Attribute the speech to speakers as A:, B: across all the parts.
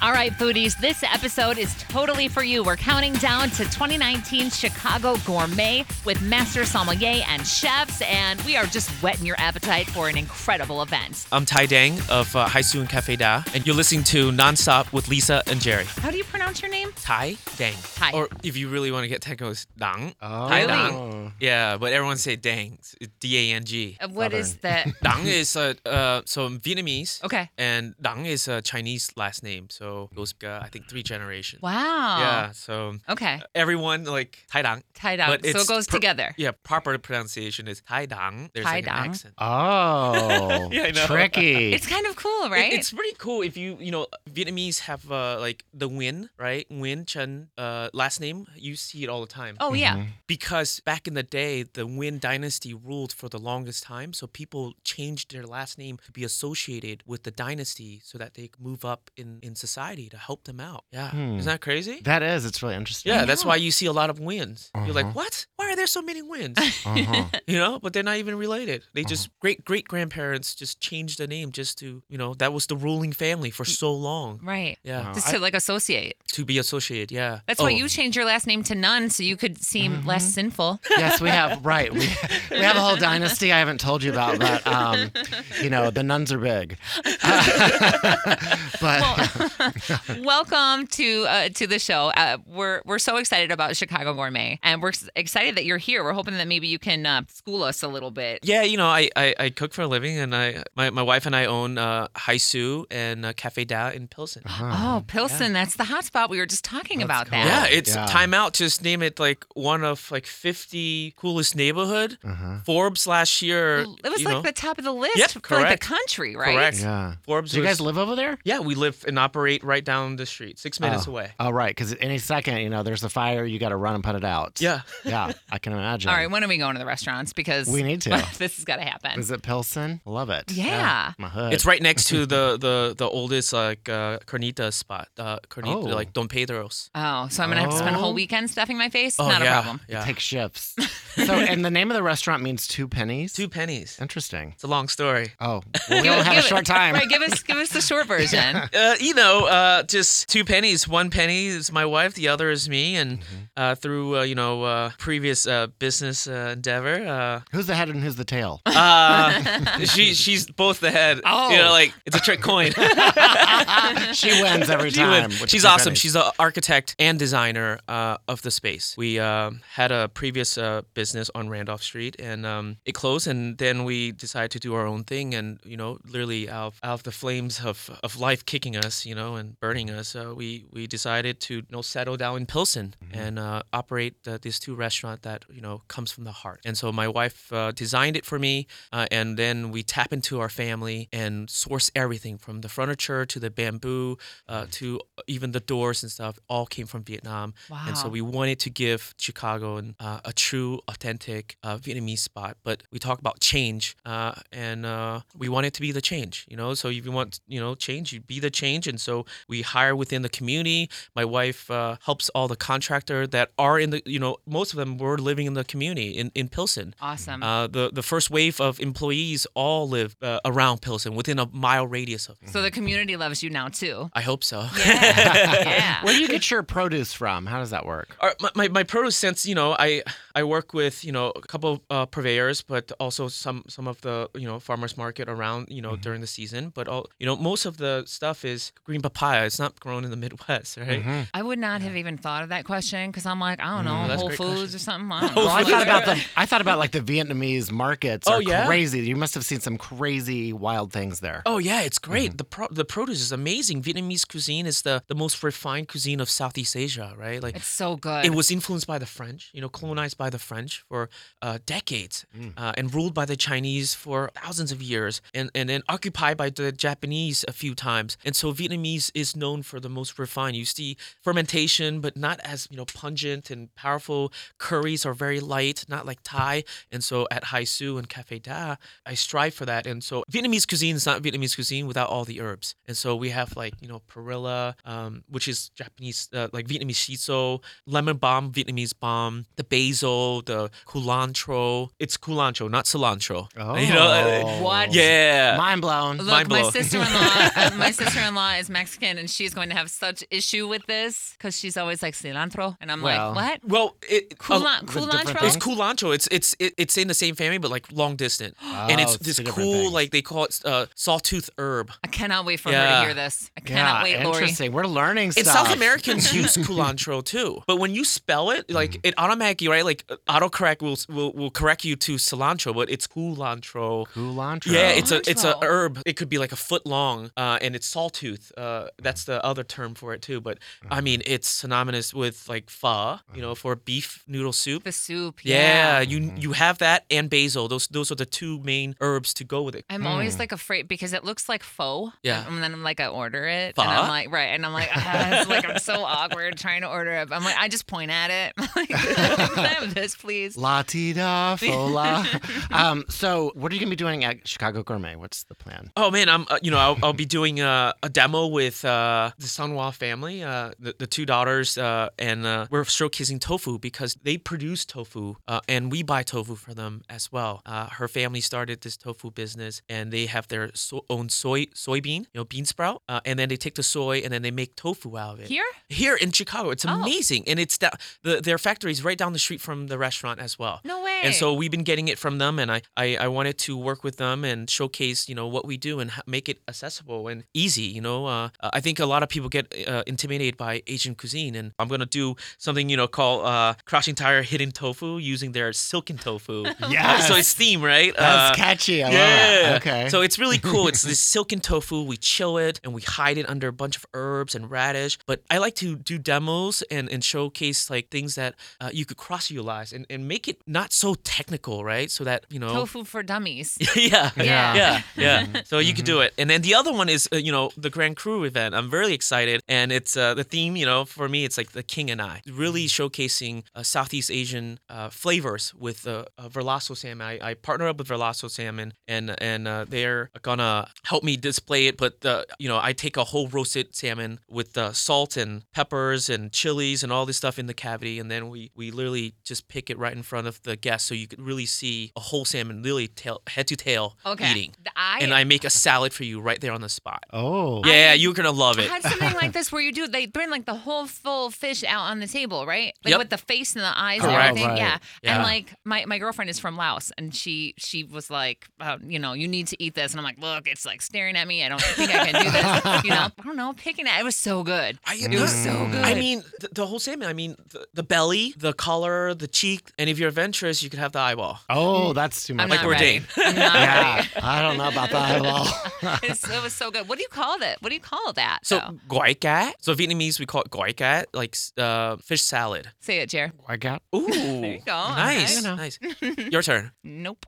A: All right, foodies, this episode is totally for you. We're counting down to 2019 Chicago Gourmet with master sommelier and chefs, and we are just whetting your appetite for an incredible event.
B: I'm Tai Dang of uh, Haisun Cafe Da, and you're listening to Nonstop with Lisa and Jerry.
A: How do you pronounce your name?
B: Tai Dang.
A: Tai.
B: Or if you really want to get technical, it's Dang.
C: Oh.
B: Tai Dang. Yeah, but everyone say Dang. D A N G.
A: Uh, What is that?
B: Dang is uh, uh, so I'm Vietnamese.
A: Okay.
B: And Dang is a Chinese last name, so goes uh, I think three generations.
A: Wow.
B: Yeah. So
A: Okay.
B: everyone like Tai Dang.
A: Tai Dang.
B: But
A: So
B: it's
A: it goes together.
B: Yeah. Proper pronunciation is Tai Dang. There's
A: Tai
B: like
A: Dang.
B: an accent.
C: Oh,
B: Yeah, I know.
C: tricky.
A: It's kind of cool,
B: It-
A: right?
B: it's pretty cool if you you know Vietnamese have uh, like the Nguyen right Nguyen Chen uh, last name you see it all the time
A: oh, yeah.
B: Mm-hmm. because back in the day the Nguyen dynasty ruled for the longest time so people changed their last name to be associated with the dynasty so that they could move up in in society to help them out yeah
C: Hmm.
B: isn't that crazy
C: that is. It's really interesting.
B: yeah that's why you see a lot of Nguyen's you're like
C: Uh-huh.
B: what why are there so many Nguyen's
C: Uh-huh.
B: you know but they're not even related they just great great grandparents just changed the name just to you know that was the ruling family for so long
A: Right.
B: yeah
C: Wow.
A: Just to like associate.
B: to be associated yeah
A: Uh-huh. That's
B: Uh, Oh, Mm-hmm.
A: why you changed your last name to none so you could seem less sinful.
C: yes, we have. Right, we, we have a whole dynasty I haven't told you about, but um, you know the nuns are big. but
A: Welcome to uh, to the show. Uh, we're we're so excited about Chicago Gourmet, and we're s- excited that you're here. We're hoping that maybe you can uh, school us a little bit.
B: yeah you know I, I i cook for a living and i my, my wife and i own uh haisu and uh, cafe da in pilsen
D: Uh-huh.
C: uh,
A: Oh, Pilsen, that's the hot spot we were just talking about.
C: cool.
B: yeah
A: That
B: it's
C: Yeah.
B: time out just name it like one of like 50 coolest neighborhood
C: uh-huh.
B: forbes last year
C: er,
A: it was
B: you
A: like
B: know,
A: the top of the list
B: Yep,
A: for like
B: correct.
A: the country, right?
B: Correct.
C: yeah.
B: forbes
C: Do you
B: was-
C: guys live over there?
B: yeah we live and operate right down the street six
A: Ah.
B: minutes
C: oh.
B: away
C: Oh, right. Because any second, you know, there's a fire. You got to run and put it out.
B: yeah
C: Yeah, I can imagine.
A: All right, when are we going to the restaurants? Because
C: We need to.
A: this has got to happen.
C: Is it Pilsen? Love it.
A: Yeah.
C: My hood.
B: It's right next to the the the oldest like uh, carnita spot, uh, carnita,
C: Oh.
B: like Don Pedro's.
A: Oh, so I'm gonna have to spend a whole
C: Oh.
A: weekend stuffing my face.
B: Oh,
A: Not
B: yeah,
A: a problem.
B: Yeah,
C: Take shifts. so, and the name of the restaurant means two pennies.
B: two pennies.
C: Interesting.
B: It's a long story.
C: Oh, well, we
A: Give-
C: only had a
A: give it-
C: short time.
A: Right, give us give us the short version.
B: Uh, you know, uh, just two pennies. One penny is my wife, the other is me, and
A: Mm-hmm.
B: uh, through uh, you know uh, previous uh, business uh, endeavor,
C: Who's the head and who's the tail?
B: uh, uh, she she's both the head. you
A: Oh.
B: know, like it's a trick coin.
C: she wins every
B: She was-
C: time. with
B: She's
C: two
B: awesome.
C: pennies.
B: She's the architect and designer uh, of the space. We um had a previous uh, business on Randolph Street, and um, it closed. And then we decided to do our own thing. And you know, literally out, of- out of the flames of, of life kicking us, you know, and burning us, uh, we we decided to you know settle down in Pilsen and uh, operate the, this two restaurant that you know comes from the heart. And so my wife uh, designed it for me, uh, and then we tap into our family and source everything from the furniture to the bamboo uh,
A: Mm.
B: to even the doors and stuff all came from Vietnam. And so
A: Wow.
B: we wanted to give Chicago an, uh, a true, authentic uh, Vietnamese spot. But we talk about change, uh, and uh, we want it to be the change. You know, so if you want, you know, change, you be the change. And so we hire within the community. My wife uh, helps all the contractor that are in the, you know, most of them were living in the community in in Pilsen.
A: Awesome.
C: Um,
B: Uh, the the first wave of employees all live uh, around Pilsen, within a mile radius of.
A: so the community loves you now too.
B: I hope so.
A: yeah.
C: Where do you get your produce from? How does that work?
B: Our- my, my, my produce sense, you know, I I work with you know a couple of uh, purveyors, but also some some of the you know farmers market around you know during the season. But all you know, most of the stuff is green papaya. It's not grown in the Midwest, right?
A: I would not have even thought of that question because I'm like, I don't know,
B: Mm, that's a
A: Whole
B: great
A: Foods
B: question.
A: or something. I don't know.
C: Well, Oh, I
A: Like,
C: thought about the I thought about like the Vietnamese markets are
B: Oh, yeah?
C: crazy. You must have seen some crazy wild things there.
B: Oh yeah, it's great. The pro- the produce is amazing. Vietnamese cuisine is the the most refined cuisine of Southeast Asia, right? Like
A: It's so good.
B: it was influenced by the French, you know, colonized by the French for uh, decades, uh, and ruled by the Chinese for thousands of years, and, and then occupied by the Japanese a few times. And so Vietnamese is known for the most refined. You see fermentation, but not as you know pungent and powerful. Curries are very light, not like Thai. And so at Hai Su and Cafe Da, I strive for that. And so Vietnamese cuisine is not Vietnamese cuisine without all the herbs. And so we have like you know perilla, um, which is Japanese uh, like Vietnamese shiso, lemon balm, Vietnamese balm, the basil, basil, the culantro. It's culantro, not cilantro.
C: Oh.
B: You know, uh,
A: What?
B: yeah.
C: Mind blown.
A: Look,
B: Mind
A: my
B: blow.
A: sister-in-law, uh, my sister-in-law is Mexican, and she's going to have such issue with this because she's always like cilantro, and I'm
C: Well.
A: like, what?
B: well, oh, it
A: Culan-
B: uh,
C: with different
A: culantro?
B: It's culantro. It's it's it, it's in the same family, but like long distant, and
C: Oh,
B: it's,
C: it's
B: this
C: two different
B: cool
C: things.
B: like they call it uh, sawtooth herb.
A: I cannot wait for her
B: Yeah.
A: to hear this. I
C: yeah,
A: cannot wait, Lori.
C: interesting. We're learning
B: And
C: stuff.
B: South Americans use culantro too, but when you spell it, like it automatically right, like uh, autocorrect will will will correct you to cilantro, but it's culantro.
C: Culantro.
B: Yeah, it's a it's a
A: Cilantro.
B: herb. It could be like a foot long, uh, and it's sawtooth. Uh, that's the other term for it too. But I mean, it's synonymous with like pho, you know, for beef noodle soup.
A: The soup.
B: Yeah, you you have that and basil. Those those are the two main herbs to go with it.
A: I'm always like afraid because it looks like faux.
B: Hmm. Yeah.
A: And then I'm like, I order it. And I'm
B: Pho?
A: like, right. And I'm like, ah, it's like I'm so awkward trying to order it. I'm like, I just point at it. I'm like, "Can I have this, please.
C: La ti da fo la. um, so, what are you going to be doing at Chicago Gourmet? What's the plan?
B: Oh man, I'm uh, you know I'll, I'll be doing uh, a demo with uh, the Sanwa family, uh, the, the two daughters, uh, and uh, we're showcasing tofu because they produce tofu uh, and we buy tofu for them as well. Uh, her family started this tofu business and they have their so- own soy soybean, you know, bean sprout, uh, and then they take the soy and then they make tofu out of it
A: Here?
B: here in Chicago. It's
A: Oh.
B: amazing, and it's that the, their factory is right down the street from the restaurant as well.
A: No way.
B: And so we've been getting it from them, and I, I, I wanted to work with them and showcase, you know, what we do and h- make it accessible and easy. You know, uh, I think a lot of people get uh, intimidated by Asian cuisine, and I'm gonna do something, you know, called uh, Crashing Tire Hidden Tofu using their silken tofu.
C: Yes.
B: So it's theme, right?
C: That's
B: Uh,
C: catchy. I
B: yeah.
C: love it. Okay.
B: So it's really cool. It's this silken tofu. We chill it and we hide it under a bunch of herbs and radish. But I like to do demos and, and showcase like things that uh, you could cross utilize and, and make it not so technical, right? So that, you know.
A: Tofu for dummies.
B: yeah.
A: Yeah.
B: Yeah. Yeah. So you could do it. And then the other one is, uh, you know, the Grand Crew event. I'm very excited. And it's uh, the theme, you know, for me, it's like the king and I, really showcasing uh, Southeast Asian uh, flavors with uh, uh, Verlasso Salmon. I, I partner up with Verlasso Salmon and and uh, they're going to help me display it. But, uh, you know, I take a whole roasted salmon with uh, salt and peppers and chilies and all this stuff in the cavity. And then we, we literally just pick it right in front of the guests. So you could really see a whole salmon, literally tail, head to tail
A: Okay.
B: eating
A: The- I,
B: and I make a salad for you right there on the spot.
C: oh.
B: Yeah, you're gonna love
A: I
B: it.
A: had something like this where you do they bring like the whole full fish out on the table, right? Like
B: Yep.
A: with the face and the eyes
B: Correct.
A: and everything.
C: Right.
A: Yeah. And
B: Yeah.
A: like my, my girlfriend is from Laos and she she was like, uh, you know, you need to eat this. And I'm like, look, it's like staring at me. I don't think I can do this. you know, I don't know, picking it. It was so good.
B: I,
A: It was so good.
B: I mean, the, the whole salmon. I mean, the, the belly, the collar, the cheek, and if you're adventurous, you could have the eyeball.
C: Oh, that's too much.
A: I'm
B: like
A: not
B: we're
A: ready.
B: dating.
A: I'm not
C: yeah. I don't know about the eyeball.
A: ready. It's- it was so good. What do you call that? What do you call that?
B: So
A: though?
B: goi cat. So Vietnamese we call it goi cat, like uh, fish salad.
A: say it, Jer.
C: I got
B: Ooh,
A: you go,
B: nice,
A: okay.
B: nice. Your turn.
A: Nope.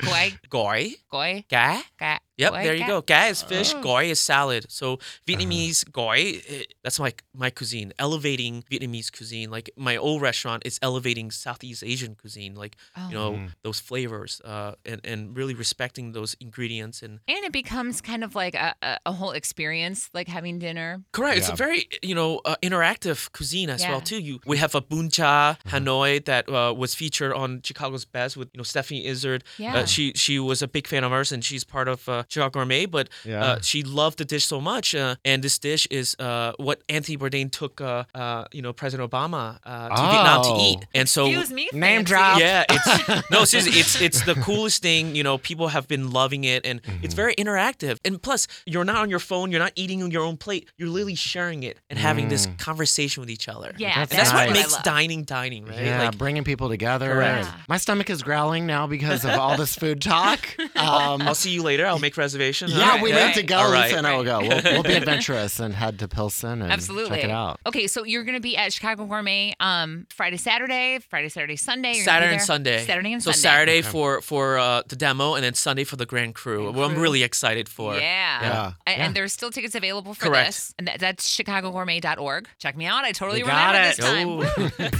A: Guai,
B: Goi
A: guai,
B: cat.
A: guai.
B: Yep,
A: guai
B: there you
A: cat.
B: go. Gai is fish,
C: Oh.
B: goi is salad. So Vietnamese goi, eh, that's my my cuisine. Elevating Vietnamese cuisine, like my old restaurant, is elevating Southeast Asian cuisine, like
A: Oh.
B: you know
D: Mm,
C: Mhm.
B: those flavors, uh, and and really respecting those ingredients and
A: And it becomes kind of like a, a, a whole experience, like having dinner.
B: Correct. It's a
C: Yeah.
B: very you know uh, interactive cuisine as
A: Yeah.
B: well too. You we have a buncha
C: Mm-hmm.
B: Hanoi that uh, was featured on Chicago's Best with you know Stephanie Izzard.
A: Yeah.
B: Uh, she she was a big fan of ours and she's part of uh, Chicago Gourmet, but
C: Yeah.
B: uh, she loved the dish so much. Uh, and this dish is uh, what Anthony Bourdain took uh, uh, you know President Obama uh, to Vietnam to
C: Oh.
B: eat. And so
A: Excuse me. fancy.
C: Name drop.
B: yeah, it's no, seriously, it's it's the coolest thing. You know, people have been loving it, and
C: Mhm.
B: it's very interactive. And plus, you're not on your phone, you're not eating on your own plate. You're literally sharing it and having this
C: Mm.
B: conversation with each other.
A: Yeah,
C: That's
B: And that's
C: nice.
B: what makes
A: I love.
B: dining dining, right?
C: Yeah,
B: Like,
C: bringing people together.
B: Correct.
A: Yeah.
C: My stomach is growling now because of all this food talk. Um,
B: I'll see you later. I'll make reservation.
C: yeah, we
A: Right,
C: need to
A: right.
C: go.
B: Oh, All
C: Lisa
B: right.
C: and I will go. We'll, we'll be adventurous and head to Pilsen and
A: Absolutely.
C: check it out.
A: Okay, so you're going to be at Chicago Gourmet um, Friday, Saturday, Friday, Saturday, Sunday. You're gonna be
B: Saturday and
A: there
B: Sunday.
A: Saturday and
B: so
A: Sunday.
B: Saturday for for uh, the demo, and then Sunday for the Grand Crew.
A: Grand
B: what I'm
A: Cru.
B: really excited for.
A: Yeah.
C: Yeah.
A: A- And,
C: Yeah.
A: there's still tickets available for
B: Correct.
A: this. And that, that's chicagogourmet.org. Check me out. I totally
C: You got
A: remember
B: Oh.
C: it.
A: this time.
B: Ooh.
A: Woo.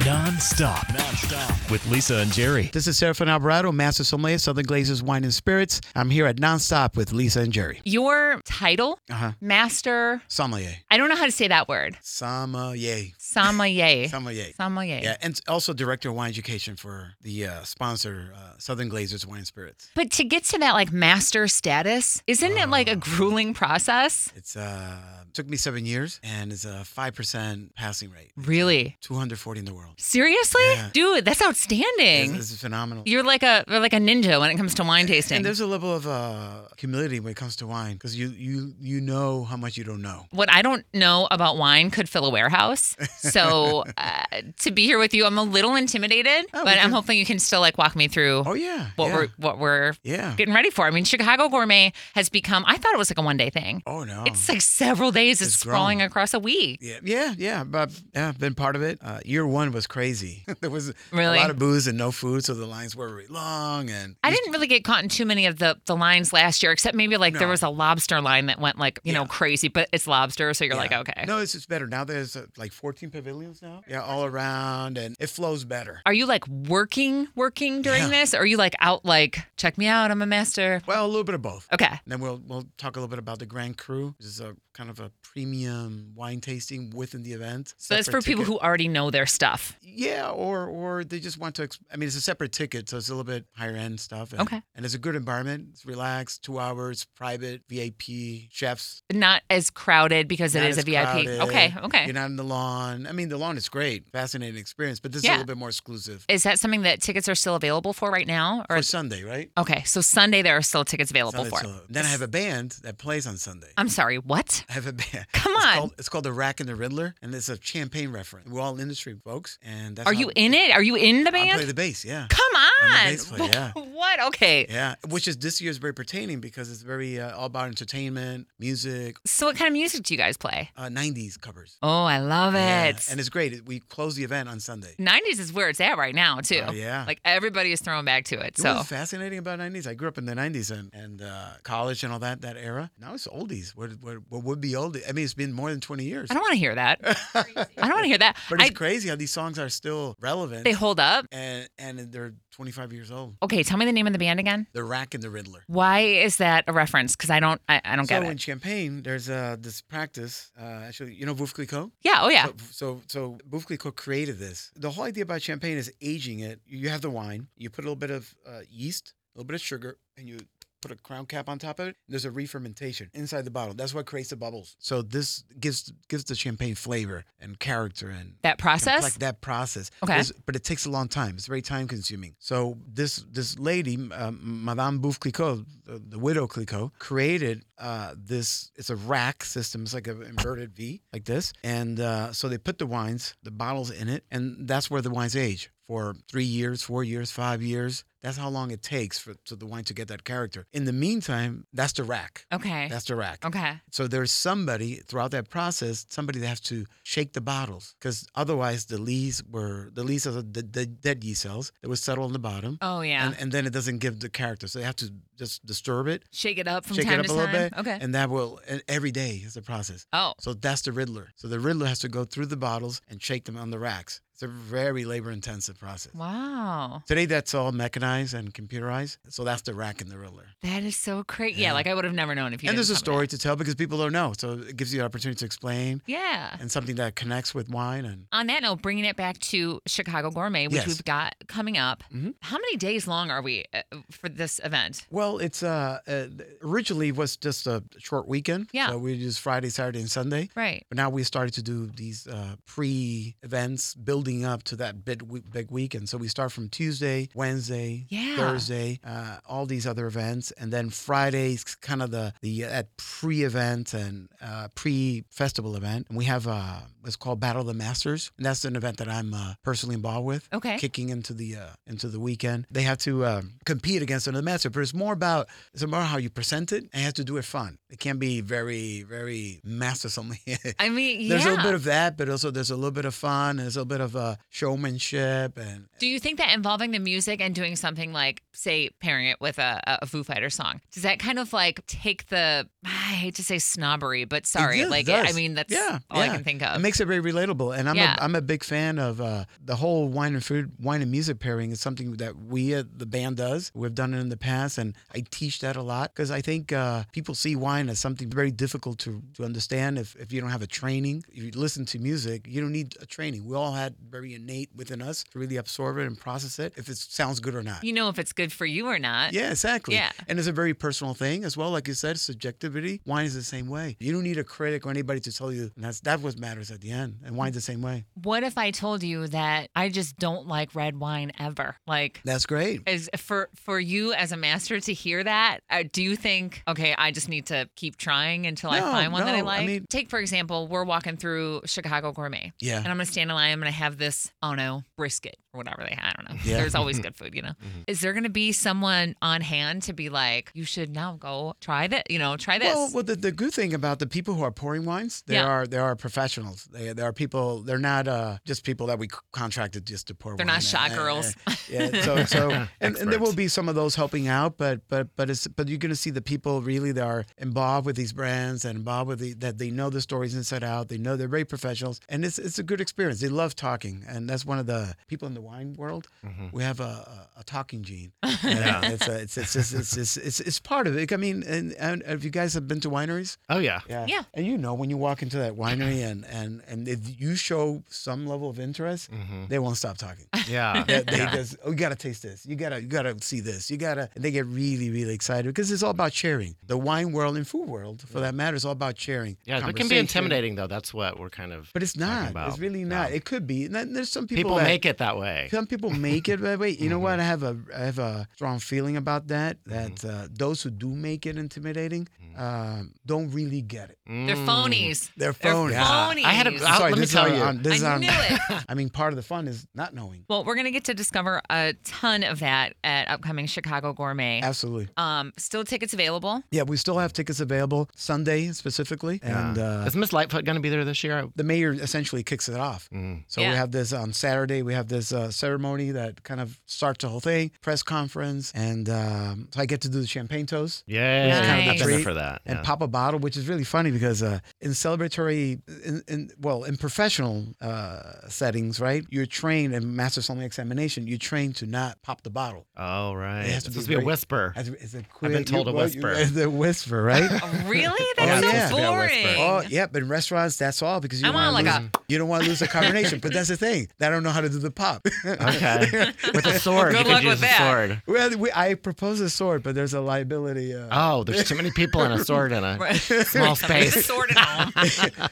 E: nonstop. Nonstop. With Lisa and Jerry.
C: This is Serafin Alvarado, Master Sommelier, Southern Glazers Wine and Spirits. I'm here at Nonstop with Lisa and Jerry.
A: Your title,
C: Uh-huh.
A: master,
C: Sommelier.
A: I don't know how to say that word.
C: Sommelier.
A: Sommelier.
C: Sommelier.
A: Eh, Sommelier.
C: Yeah, and also Director of Wine Education for the uh, sponsor, uh, Southern Glazers Wine and Spirits.
A: But to get to that like master status, isn't it
C: Oh.
A: like a grueling process?
C: It's uh, took me seven years, and it's a 5% passing rate.
A: Mm. Really?
C: 240 in the world.
A: Seriously?
C: Yeah.
A: Dude, that's outstanding.
C: This, this is phenomenal.
A: You're like a you're like a ninja when it comes to wine tasting.
C: And there's a level of uh, humility when it comes to wine because you, you, you know how much you don't know.
A: what I don't know about wine could fill a warehouse. So uh, to be here with you, I'm a little intimidated, but
C: Oh, we
A: I'm
C: can-
A: hoping you can still like walk me through
C: Oh, yeah.
A: what
C: yeah.
A: we're what we're
C: Yeah.
A: getting ready for. I mean, Chicago Gourmet has become. I thought it was like a one day thing.
C: Oh, no.
A: It's like several days. It's,
C: It's grown.
A: sprawling across a week.
C: Yeah, yeah, yeah. But yeah, I've been part of it. Uh, year one was crazy. there was
A: Really?
C: a lot of booze and no food, so the lines were really long. And
A: I didn't really get caught in too many of the, the lines last year, except maybe like there
C: No.
A: was a lobster line that went like, you know, crazy, but it's lobster. So you're like,
C: Yeah.
A: okay.
C: No, it's just better now. There's uh, like 14 pavilions now. Yeah, all around, and it flows better.
A: Are you like working, working during
C: Yeah.
A: this? Or are you like out, like, check me out? I'm a master.
C: Well, a little bit of both.
A: Okay.
C: And then we'll we'll talk a little bit about the Grand Cru, which is a kind of a premium wine tasting within the event.
A: So that's for
C: Separate
A: people
C: ticket.
A: who already know their stuff.
C: Yeah, or or they just want to. Exp- I mean, it's a separate ticket, so it's a little bit higher end stuff. And,
A: Okay.
C: And it's a good environment. It's relaxed, two hours, private, VIP, chefs.
A: Not as crowded because it
C: not
A: is a
C: as
A: VIP.
C: crowded.
A: Okay. Okay.
C: You're not in the lawn. I mean, the lawn is great, fascinating experience, but this
A: Yeah.
C: is a little bit more exclusive.
A: is that something that tickets are still available for right now? Or
C: for Sunday, right?
A: okay, so Sunday there are still tickets available
C: Sunday
A: for.
C: solo. Then I have a band that plays on Sunday.
A: I'm sorry, what?
C: I have a band.
A: Uh, Come
C: it's
A: on.
C: Called, it's called The Rack and the Riddler, and it's a champagne reference. We're all industry folks, and that's
A: Are
C: how-
A: you in it? Are you in the
C: I
A: band?
C: play the bass, yeah.
A: Come
C: I'm the
A: on.
C: bass player, yeah.
A: What? Okay.
C: Yeah, which is this year is very pertaining because it's very uh, all about entertainment, music,
A: So what kind of music do you guys play?
C: uh, 90s covers.
A: Oh, I love
C: Yeah,
A: it.
C: And it's great. We close the event on Sunday.
A: 90s is where it's at right now too.
C: Oh, yeah.
A: Like everybody is throwing back to it.
C: You know
A: So
C: what's fascinating about 90s? I grew up in the 90s and, and uh, college and all that, that era. Now it's oldies. What, what, what would be oldies? I mean, it's been more than 20 years.
A: I don't want to hear that. I don't want to hear that.
C: But it's
A: I,
C: crazy how these songs are still relevant
A: they hold up.
C: and, and they're 25 years old.
A: Okay, tell me the name of the band again.
C: The Rack and the Riddler.
A: Why is that a reference? Because I don't, I, I don't
C: So
A: get
C: in
A: it.
C: Champagne, there's uh, this practice. Uh, actually, you know Veuve Clicquot?
A: Yeah. Oh yeah.
C: So, so, so Veuve Clicquot created this. The whole idea about champagne is aging it. You have the wine, you put a little bit of uh, yeast, a little bit of sugar, and you put a crown cap on top of it. There's a re-fermentation inside the bottle. That's what creates the bubbles. So this gives gives the champagne flavor and character and
A: that process.
C: complex- that process.
A: Okay.
C: There's- but it takes a long time. It's very time consuming. So this this lady, um, Madame Bouffe Clicquot, the, the widow Clicquot, created uh, this. It's a rack system. It's like an inverted V, like this. And uh, so they put the wines, the bottles in it, and that's where the wines age for three years, four years, five years. That's how long it takes for to the wine to get that character. In the meantime, that's the rack.
A: okay.
C: That's the rack.
A: okay.
C: So there's somebody throughout that process, somebody that has to shake the bottles because otherwise the lees were the lees are the, the dead yeast cells that would settle on the bottom,
A: Oh yeah.
C: and, and then it doesn't give the character. So they have to just disturb it,
A: Shake it up from
C: shake
A: time
C: it up
A: to
C: a little
A: time.
C: bit,
A: okay.
C: and that will and every day is the process.
A: oh.
C: So that's the Riddler. So the Riddler has to go through the bottles and shake them on the racks. It's a very labor intensive process.
A: Wow.
C: Today that's all mechanized and computerized. So that's the rack and the Riddler.
A: That is so crazy. Yeah.
C: Yeah.
A: Like I would have never known if you.
C: and
A: didn't
C: there's a
A: tell me
C: story to tell because people don't know. So it gives you the opportunity to explain.
A: that. Yeah.
C: and something that connects with wine and
A: On that note, bringing it back to Chicago Gourmet, which
C: Yes.
A: we've got coming up.
C: Mhm.
A: How many days long are we uh, for this event?
C: well it's uh, uh originally was just a short weekend
A: Yeah.
C: so we just friday saturday and sunday
A: Right.
C: but now we started to do these uh, pre events building up to that big, we- big weekend. So we start from Tuesday, Wednesday,
A: Yeah.
C: Thursday, uh, all these other events. And then Friday's kind of the, the at pre event and uh, pre festival event. And we have uh, what's called Battle of the Masters. And that's an event that I'm uh, personally involved with.
A: Okay.
C: Kicking into the uh, into the weekend, they have to um, compete against another master. But it's more about it's more how you present it, and you have to do it fun. It can't be very very master something.
A: I mean,
C: There's
A: yeah.
C: a little bit of that, but also there's a little bit of fun. and There's a little bit of uh, uh, showmanship and
A: Do you think that involving the music and doing something like, say, pairing it with a, a- a Foo Fighter song, does that kind of like take the, I hate to say snobbery, but sorry,
C: It does,
A: like
C: it
A: I
C: does.
A: mean that's
C: yeah,
A: all I
C: yeah.
A: can think of.
C: It makes it very relatable, and I'm
A: Yeah.
C: a, I'm a big fan of uh, the whole wine and food, wine and music pairing is something that we uh, the band does. We've done it in the past, and I teach that a lot because I think uh, people see wine as something very difficult to to understand if if you don't have a training. If you listen to music, you don't need a training. We all had very innate within us to really absorb it and process it if it sounds good or not.
A: you know if it's good for you or not.
C: Yeah, exactly.
A: Yeah.
C: And it's a very personal thing as well. Like you said, subjectivity. Wine is the same way. You don't need a critic or anybody to tell you. And that's that what matters at the end. And wine's the same way.
A: What if I told you that I just don't like red wine ever? Like
C: That's great.
A: is for for you as a master to hear that uh, do you think okay i just need to keep trying until i
C: No,
A: find one that i
C: no, I
A: like
C: mean-
A: take for example we're walking through chicago gourmet
C: Yeah.
A: and i'm gonna stand in line i'm gonna have this oh no brisket or whatever they had i don't know
C: Yeah. Mm-hmm.
A: there's always good food you know is there gonna be someone on hand to be like you should now go try that you know try this
C: Well, well the, the good thing about the people who are pouring wines, they
A: Yeah.
C: are they are professionals. They, they are people. They're not uh, just people that we c- contracted just to pour.
A: They're
C: wine
A: not shy
C: at. Uh,
A: girls.
C: uh, yeah. So so and, and there
E: Experts.
C: will be some of those helping out, but but but it's but you're going to see the people really that are involved with these brands and involved with the, that they know the stories inside out. They know they're very professionals, and it's it's a good experience. They love talking, and that's one of the people in the wine world. We have a, a, a talking gene. yeah. It's a, it's it's just it's, it's it's it's part of it. I mean, and, and if you guys have been to wineries,
D: Oh yeah.
C: yeah.
A: Yeah.
C: And you know, when you walk into that winery and and and if you show some level of interest, they won't stop talking.
D: Yeah.
C: They, they just, oh, you gotta taste this. You gotta, you gotta see this. You gotta. And they get really, really excited because it's all about sharing. The wine world and food world, for that matter, is all about sharing.
D: Yeah, that can be
C: conversation.
D: intimidating though. That's what we're kind of
C: But it's
D: talking
C: not.
D: about.
C: It's really
D: No.
C: not. It could be. And then there's some people,
D: People
C: that,
D: make it Mm-hmm. that way.
C: some people make it that way. You know what? I have a I have a strong feeling about that.
D: Mm-hmm.
C: That uh, those who do make it intimidating um, don't really get it.
D: Mm-hmm.
A: they're
D: Mm.
A: phonies
C: mm, They're
A: they're
C: phonies.
A: phonies
D: I had a- I- let
C: Sorry,
D: me
C: this is
D: tell
C: on-
D: you.
C: on- this is
A: I
C: on-
A: knew it.
C: I mean, part of the fun is not knowing.
A: Well, we're going to get to discover a ton of that at upcoming Chicago Gourmet.
C: Absolutely.
A: Um, still tickets available.
C: Yeah, we still have tickets available Sunday specifically, and uh,
D: Is Miss Lightfoot going to be there this year?
C: the mayor essentially kicks it off.
D: Mm.
C: So
A: Yeah.
C: we have this on Saturday. We have this uh, ceremony that kind of starts the whole thing, press conference, and um, so I get to do the champagne toast.
D: Yeah,
A: Nice.
D: kind of the
C: Treat
D: dinner for that.
C: and
D: yeah.
C: pop a bottle, which is really funny because uh, in celebratory, in, in well, in professional uh, settings, right? You're trained in master sommelier examination. You're trained to not pop the bottle.
D: oh right.
C: It has
D: It's
C: to be
D: supposed to be a
C: great.
D: whisper.
C: As, as a
D: been
C: quiz, you-
D: told to
C: well, you-
D: whisper.
C: as a whisper, right?
A: Really?
C: Oh,
A: That's
C: yeah.
A: so
D: Yeah,
A: boring.
D: whisper.
C: Oh, yep. In restaurants, that's all because you
A: I'm
C: don't
A: on
C: wanna
A: like
C: lose- you don't want to lose the combination. but that's the thing. I don't know how to do the pop.
D: Okay. with a sword.
A: Good
D: you
A: luck
D: could
A: with
D: use a
A: that.
D: sword.
C: well, we, I propose a sword, but there's a liability. Uh,
D: Oh, there's too many people and a sword in a
A: Right.
D: small
A: Somebody with a
D: space.
A: sword at home.